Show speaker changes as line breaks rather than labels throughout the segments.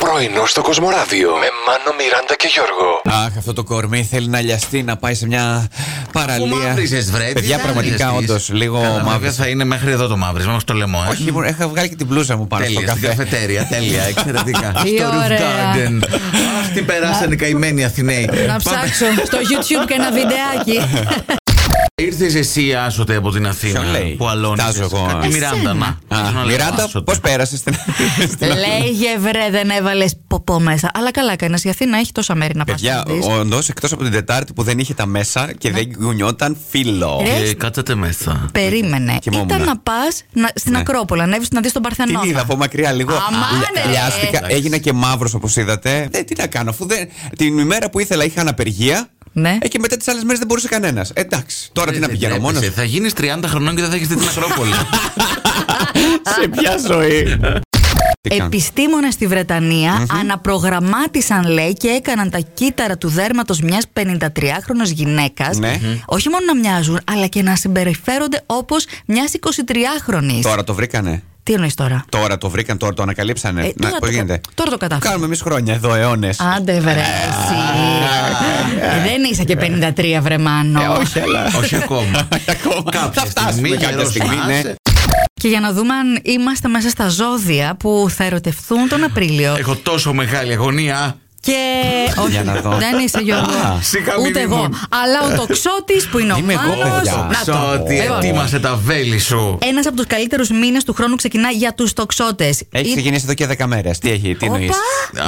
Πρωινό στο Κοσμοράδιο με Μάνο, Μιράντα και Γιώργο.
Αχ, αυτό το κορμί θέλει να λιαστεί, να πάει σε μια
Που
παραλία.
μαύρισες, βρε, τι
Παιδιά,
να
πραγματικά
λιαστείς.
όντως λίγο
Καλά,
μαύρο.
βέβαια θα είναι μέχρι εδώ το μαύρισμα, όχι το λαιμό. ε.
Όχι, ήμουν- είχα βγάλει και την πλούζα μου πάνω στο
Τέλεια, στην
καφέ.
καφετέρια, τέλεια, εξαιρετικά.
Τι
Στο Roof
ωραία.
Garden. Αχ, τι περάσανε καημένοι Αθηναίοι.
Ε,
Πάμε.
Να ψάξω στο YouTube και ένα βιντεάκι.
Ήρθες εσύ άσοτε από την Αθήνα.
Ποιον λέει?
Που αλώνεις.
Κοιτάζω εγώ,
Κάτι
ε.
Μιράντα, να.
Α,
Ίσως να λέω
Μιράντα,
άσωτε.
πώς πέρασες στην στην Αθήνα.
Λέγε βρε, δεν έβαλες ποπό μέσα. Αλλά καλά έκανε. Η Αθήνα έχει τόσα μέρη να πας.
Παιδιά, όντως εκτός από την Τετάρτη που δεν είχε τα μέσα
Ναι.
και δεν κουνιόταν φίλο.
Ρε.
Ε, Κάτσατε μέσα.
Περίμενε.
Κοιμόμουν. Ναι.
Ήταν να πας στην Ακρόπολη, να ανέβεις να δεις τον
Την
Παρθενό.
είδα από μακριά λίγο.
Αμάνε,
Λια-
ρε.
Λιάστηκα.
Εντάξει.
Έγινα και μαύρος όπως είδατε. Ε, τι να κάνω, αφού δεν, την ημέρα που ήθελα είχα αναπεργία.
Ναι.
Ε, και μετά τις άλλες μέρες δεν μπορούσε κανένας. Εντάξει, τώρα τι να
Δεν
πηγαίνω μόνο.
τρέπεσαι, Ε, Θα γίνεις 30 χρονών και δεν θα έχεις δει την Ακρόπολη.
Σε ποια ζωή.
Επιστήμονες στη βρετανια αναπρογραμμάτισαν, λέει, και έκαναν τα κύτταρα του δέρματος μιας 53χρονη γυναίκας.
Ναι.
Όχι μόνο να μοιάζουν, αλλά και να συμπεριφέρονται όπως μιας 23χρονη.
Τώρα το βρήκανε.
Τι εννοείς τώρα.
Τώρα το βρήκαν, τώρα το ανακαλύψανε.
Ε, τώρα
Ναι. πώς
το-
γίνεται.
τώρα το κατάφερα.
Κάνουμε εμείς χρόνια εδώ, αιώνες.
Άντε βρε εσύ. Ε, Δεν είσαι και 53 βρε Μάνο.
Ε, όχι, αλλά.
Όχι ακόμα.
Θα
Κάποια
φτάσουμε
στιγμή,
κάποια
καιρός
στιγμή.
μας.
ναι.
Και για να δούμε αν είμαστε μέσα στα ζώδια που θα ερωτευθούν τον Απρίλιο.
Έχω τόσο μεγάλη αγωνία.
Και όχι,
Ε, Για να δω.
δεν είσαι Γιώργο.
Α,
συγχαμίμη
Ούτε εγώ.
μου.
Αλλά ο τοξότης που είναι ο
Είμαι εγώ,
Μάνος.
παιδιά.
Να το.
Ξότι,
Λοιπόν.
ετοίμασε τα βέλη σου.
Ένας από τους καλύτερους μήνες του χρόνου ξεκινά για τους τοξότες.
Έχει ξεκινήσει εδώ και 10 μέρες. Τι έχει, τι εννοεί.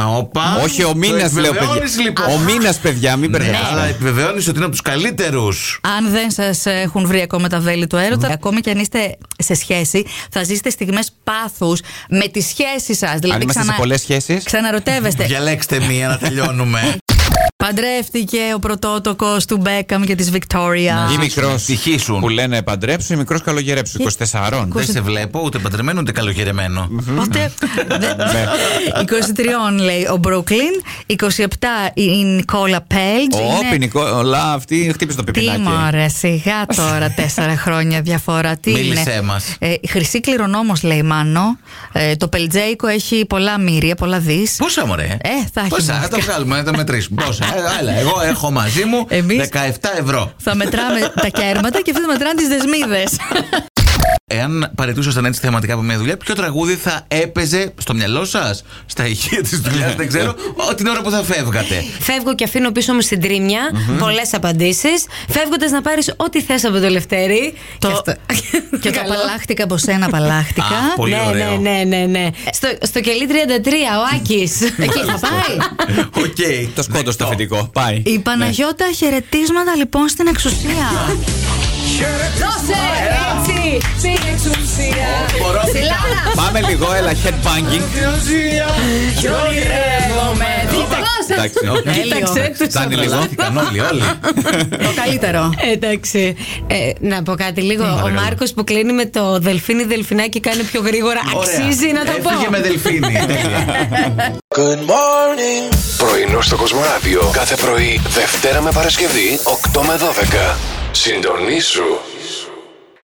Α, οπα.
Όχι, ο
Το
μήνας λέω,
επιβεβαιώνεις,
παιδιά.
λοιπόν.
Ο μήνας, παιδιά, μην
Ναι, αλλά
μπερδεύετε.
επιβεβαιώνεις ότι είναι από τους καλύτερους.
Αν δεν σας έχουν βρει ακόμα τα βέλη του
Ναι.
έρωτα, ακόμη και αν είστε σε σχέση, θα ζήσετε στιγμές πάθους με τη σχέση σας. Δηλαδή,
Αν είμαστε σε
ξανα-
πολλές σχέσεις.
Ξαναρωτεύεστε.
Διαλέξτε μία να τελειώνουμε.
Παντρεύτηκε ο πρωτότοκος του Μπέκαμ και της Βικτόριας.
Ή μικρό.
Ευτυχήσουν.
Που λένε παντρέψου ή μικρός καλογερέψου. 24.
Δεν σε βλέπω ούτε παντρεμένο ούτε καλογερεμένο.
Οπότε. δε-
Ναι.
23 λέει ο Μπρούκλιν, 27 η Νικόλα Πέλτζ.
Ο Πινικόλα, αυτή χτύπησε το
Ναι. Τι
πιπινάκι.
μωρέ, σιγά τώρα, τέσσερα χρόνια διαφορά. Τι
Μίλησέ
είναι.
μας.
Ε, χρυσή κληρονόμος λέει Μάνο. Ε, το Πελτζέικο έχει πολλά μύρια, πολλά δις.
Πόσα μωρέ.
Ε, θα έχει
Πόσα, θα
μάσκα.
τα βγάλουμε, να τα μετρήσουμε. Πόσα. Ε, Έλα, εγώ έχω μαζί μου
Εμείς-
17 ευρώ.
Θα μετράμε τα κέρματα και αυτοί θα μετράνε τις δεσμίδες.
Εάν παρετούσασταν έτσι θεματικά από μια δουλειά, ποιο τραγούδι θα έπαιζε στο μυαλό σας, στα ηχεία της δουλειάς, δεν ξέρω, ό, την ώρα που θα φεύγατε.
Φεύγω και αφήνω πίσω μου στην τριμια πολλές απαντήσεις. Φεύγοντας να πάρεις ό,τι θες από το Λευτέρι.
Το-
Και αυτό-
και το
Καλό.
απαλλάχτηκα από σένα, απαλλάχτηκα.
Α, πολύ
ναι,
ωραίο.
ναι, ναι, ναι, ναι. Στο, στο κελί 33, ο Άκης.
Εκεί Ε, θα πάει.
Οκ.
Το σκότω
Ναι.
στο φοιτικό. Πάει. Ναι.
Η Παναγιώτα χαιρετίσματα λοιπόν στην εξουσία.
Δώσε! Έτσι! Στην εξουσία.
Μπορώ.
Πάμε λίγο, έλα, headbanging. Εντάξει,
λοιπόν,
οκ.
Κοίταξε τους
Φτάνει λίγο.
Λάθηκαν όλοι, όλοι.
Το καλύτερο.
Εντάξει. Ε, να πω κάτι λίγο. Ο Μάρκος που κλείνει με το δελφίνι δελφινάκι κάνει πιο γρήγορα.
Ωραία.
Αξίζει να το πω.
Έφυγε με δελφίνι. Τέλεια.
Πρωινό στο Κοσμοράδιο κάθε πρωί, Δευτέρα με Παρασκευή, 8 με 12. Συντονίσου